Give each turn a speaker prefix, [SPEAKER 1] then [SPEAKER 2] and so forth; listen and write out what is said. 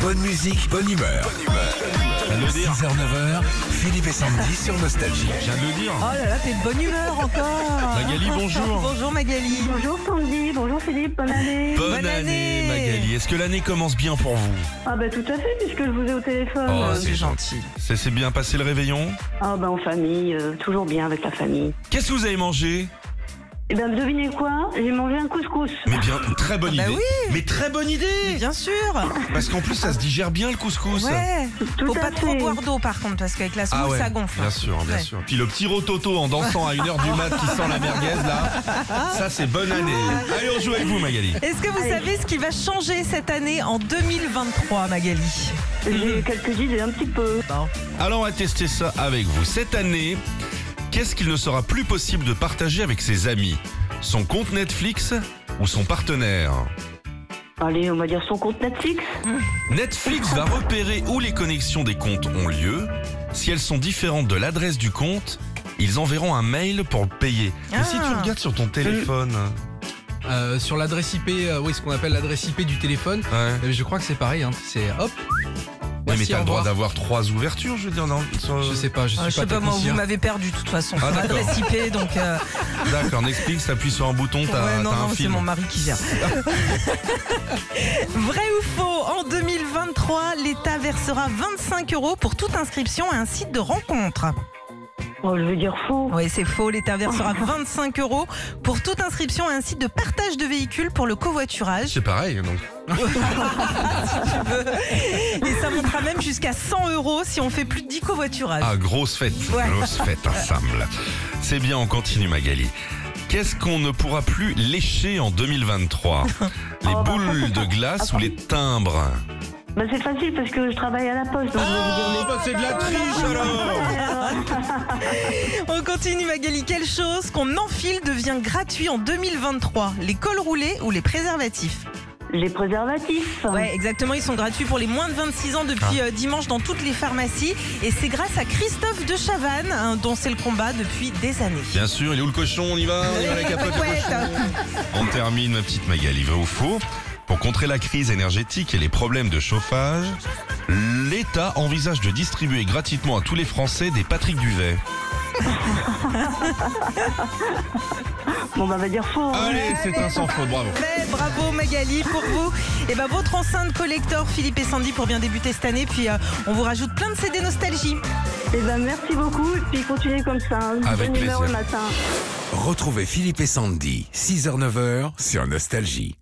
[SPEAKER 1] Bonne musique, bonne humeur.
[SPEAKER 2] de le dire. Ah.
[SPEAKER 1] 6h-9h, Philippe et Sandy sur Nostalgie.
[SPEAKER 2] Je viens de le dire.
[SPEAKER 3] Oh là là, t'es de bonne humeur encore
[SPEAKER 2] Magali, bonjour.
[SPEAKER 3] Bonjour Magali
[SPEAKER 4] Bonjour Sandy, bonjour Philippe, bonne année.
[SPEAKER 2] Bonne,
[SPEAKER 3] Bonne
[SPEAKER 2] année,
[SPEAKER 3] année.
[SPEAKER 2] Magali. Est-ce que l'année commence bien pour vous
[SPEAKER 4] Ah bah tout à fait puisque je vous ai au téléphone.
[SPEAKER 2] Oh, c'est gentil. Ça s'est bien passé le réveillon
[SPEAKER 4] Ah bah en famille, euh, toujours bien avec la famille.
[SPEAKER 2] Qu'est-ce que vous avez mangé
[SPEAKER 4] Et ben devinez quoi J'ai mangé un couscous.
[SPEAKER 2] Mais bien, très bonne
[SPEAKER 3] Bah
[SPEAKER 2] idée. Mais très bonne idée
[SPEAKER 3] Bien sûr
[SPEAKER 2] Parce qu'en plus, ça se digère bien le couscous.
[SPEAKER 3] Ouais
[SPEAKER 4] Tout
[SPEAKER 3] Faut pas
[SPEAKER 4] à
[SPEAKER 3] trop
[SPEAKER 4] fait.
[SPEAKER 3] boire d'eau par contre, parce qu'avec la semoule,
[SPEAKER 2] Ah ouais,
[SPEAKER 3] ça gonfle.
[SPEAKER 2] bien sûr, bien
[SPEAKER 3] Ouais.
[SPEAKER 2] sûr. Puis le petit rototo en dansant à 1h du mat qui sent la merguez là, ça c'est bonne année. Allez, on joue avec vous Magali.
[SPEAKER 3] Est-ce que vous savez ce qui va changer cette année en 2023, Magali
[SPEAKER 4] J'ai
[SPEAKER 2] Mhm.
[SPEAKER 4] eu quelques idées un petit peu.
[SPEAKER 2] Alors on va tester ça avec vous. Cette année, qu'est-ce qu'il ne sera plus possible de partager avec ses amis Son compte Netflix ou son partenaire
[SPEAKER 4] Allez, on va dire son compte Netflix.
[SPEAKER 2] Netflix va repérer où les connexions des comptes ont lieu. Si elles sont différentes de l'adresse du compte, ils enverront un mail pour le payer. Mais si tu
[SPEAKER 3] Ah.
[SPEAKER 2] regardes sur ton téléphone,
[SPEAKER 5] Euh, sur l'adresse IP, euh, oui, ce qu'on appelle l'adresse IP du téléphone.
[SPEAKER 2] ouais.
[SPEAKER 5] Euh, je crois que c'est pareil, hein. c'est hop.
[SPEAKER 2] Oui, mais
[SPEAKER 5] voici,
[SPEAKER 2] t'as
[SPEAKER 5] au
[SPEAKER 2] le droit
[SPEAKER 5] revoir.
[SPEAKER 2] d'avoir trois ouvertures, je veux dire. dans- sur-
[SPEAKER 5] Je sais pas, je suis
[SPEAKER 3] Euh, Je sais pas, moi, vous
[SPEAKER 5] technicien.
[SPEAKER 3] m'avez perdu de toute façon.
[SPEAKER 2] Ah,
[SPEAKER 3] Sur
[SPEAKER 2] d'accord.
[SPEAKER 3] l'adresse IP, donc. euh,
[SPEAKER 2] D'accord, Netflix, t'appuies sur un bouton, t'as
[SPEAKER 3] ouais, non,
[SPEAKER 2] t'as un
[SPEAKER 3] non, c'est
[SPEAKER 2] film.
[SPEAKER 3] mon mari qui gère. Vrai ou faux En 2023, l'État versera 25 euros pour toute inscription à un site de rencontre.
[SPEAKER 4] Oh, je veux dire faux.
[SPEAKER 3] Oui, c'est faux. L'État versera 25 euros pour toute inscription à un site de partage de véhicules pour le covoiturage.
[SPEAKER 2] C'est pareil, donc.
[SPEAKER 3] Et ça montera même jusqu'à 100 euros si on fait plus de 10 covoiturages.
[SPEAKER 2] Ah, grosse fête.
[SPEAKER 3] Ouais.
[SPEAKER 2] Grosse fête, ensemble. C'est bien, on continue, Magali. Qu'est-ce qu'on ne pourra plus lécher en 2023 Les
[SPEAKER 4] Oh, bah,
[SPEAKER 2] boules de glace ou les timbres
[SPEAKER 4] Bah c'est facile parce que je travaille à la poste, donc je vais vous dire les-
[SPEAKER 2] Oh, bah, c'est de la triche alors Ah.
[SPEAKER 3] On continue, Magali. Quelle chose qu'on enfile devient gratuit en 2023 Les cols roulés ou les préservatifs
[SPEAKER 4] les préservatifs.
[SPEAKER 3] Ouais, exactement. Ils sont gratuits pour les moins de 26 ans depuis
[SPEAKER 2] Ah.
[SPEAKER 3] euh, dimanche dans toutes les pharmacies. Et c'est grâce à Christophe de Chavannes, hein, dont c'est le combat depuis des années.
[SPEAKER 2] Bien sûr, il est où le cochon On y va On y va, la capote, le
[SPEAKER 3] Ouais,
[SPEAKER 2] cochon.
[SPEAKER 3] t'as-
[SPEAKER 2] On termine, ma petite Magali, vrai ou faux Pour contrer la crise énergétique et les problèmes de chauffage, l'État envisage de distribuer gratuitement à tous les Français des Patrick Duvet.
[SPEAKER 4] Bon bah on va dire faux. hein.
[SPEAKER 2] Allez, c'est un sans faute, bravo
[SPEAKER 3] Mais bravo Magali pour vous. Et ben votre enceinte collector Philippe et Sandy pour bien débuter cette année. Puis euh, on vous rajoute plein de CD nostalgie.
[SPEAKER 4] Eh ben merci beaucoup et puis continuez comme ça. hein.
[SPEAKER 2] Avec
[SPEAKER 4] Bonne humeur
[SPEAKER 2] plaisir.
[SPEAKER 4] le matin.
[SPEAKER 1] Retrouvez Philippe et Sandy, 6h-9h sur Nostalgie.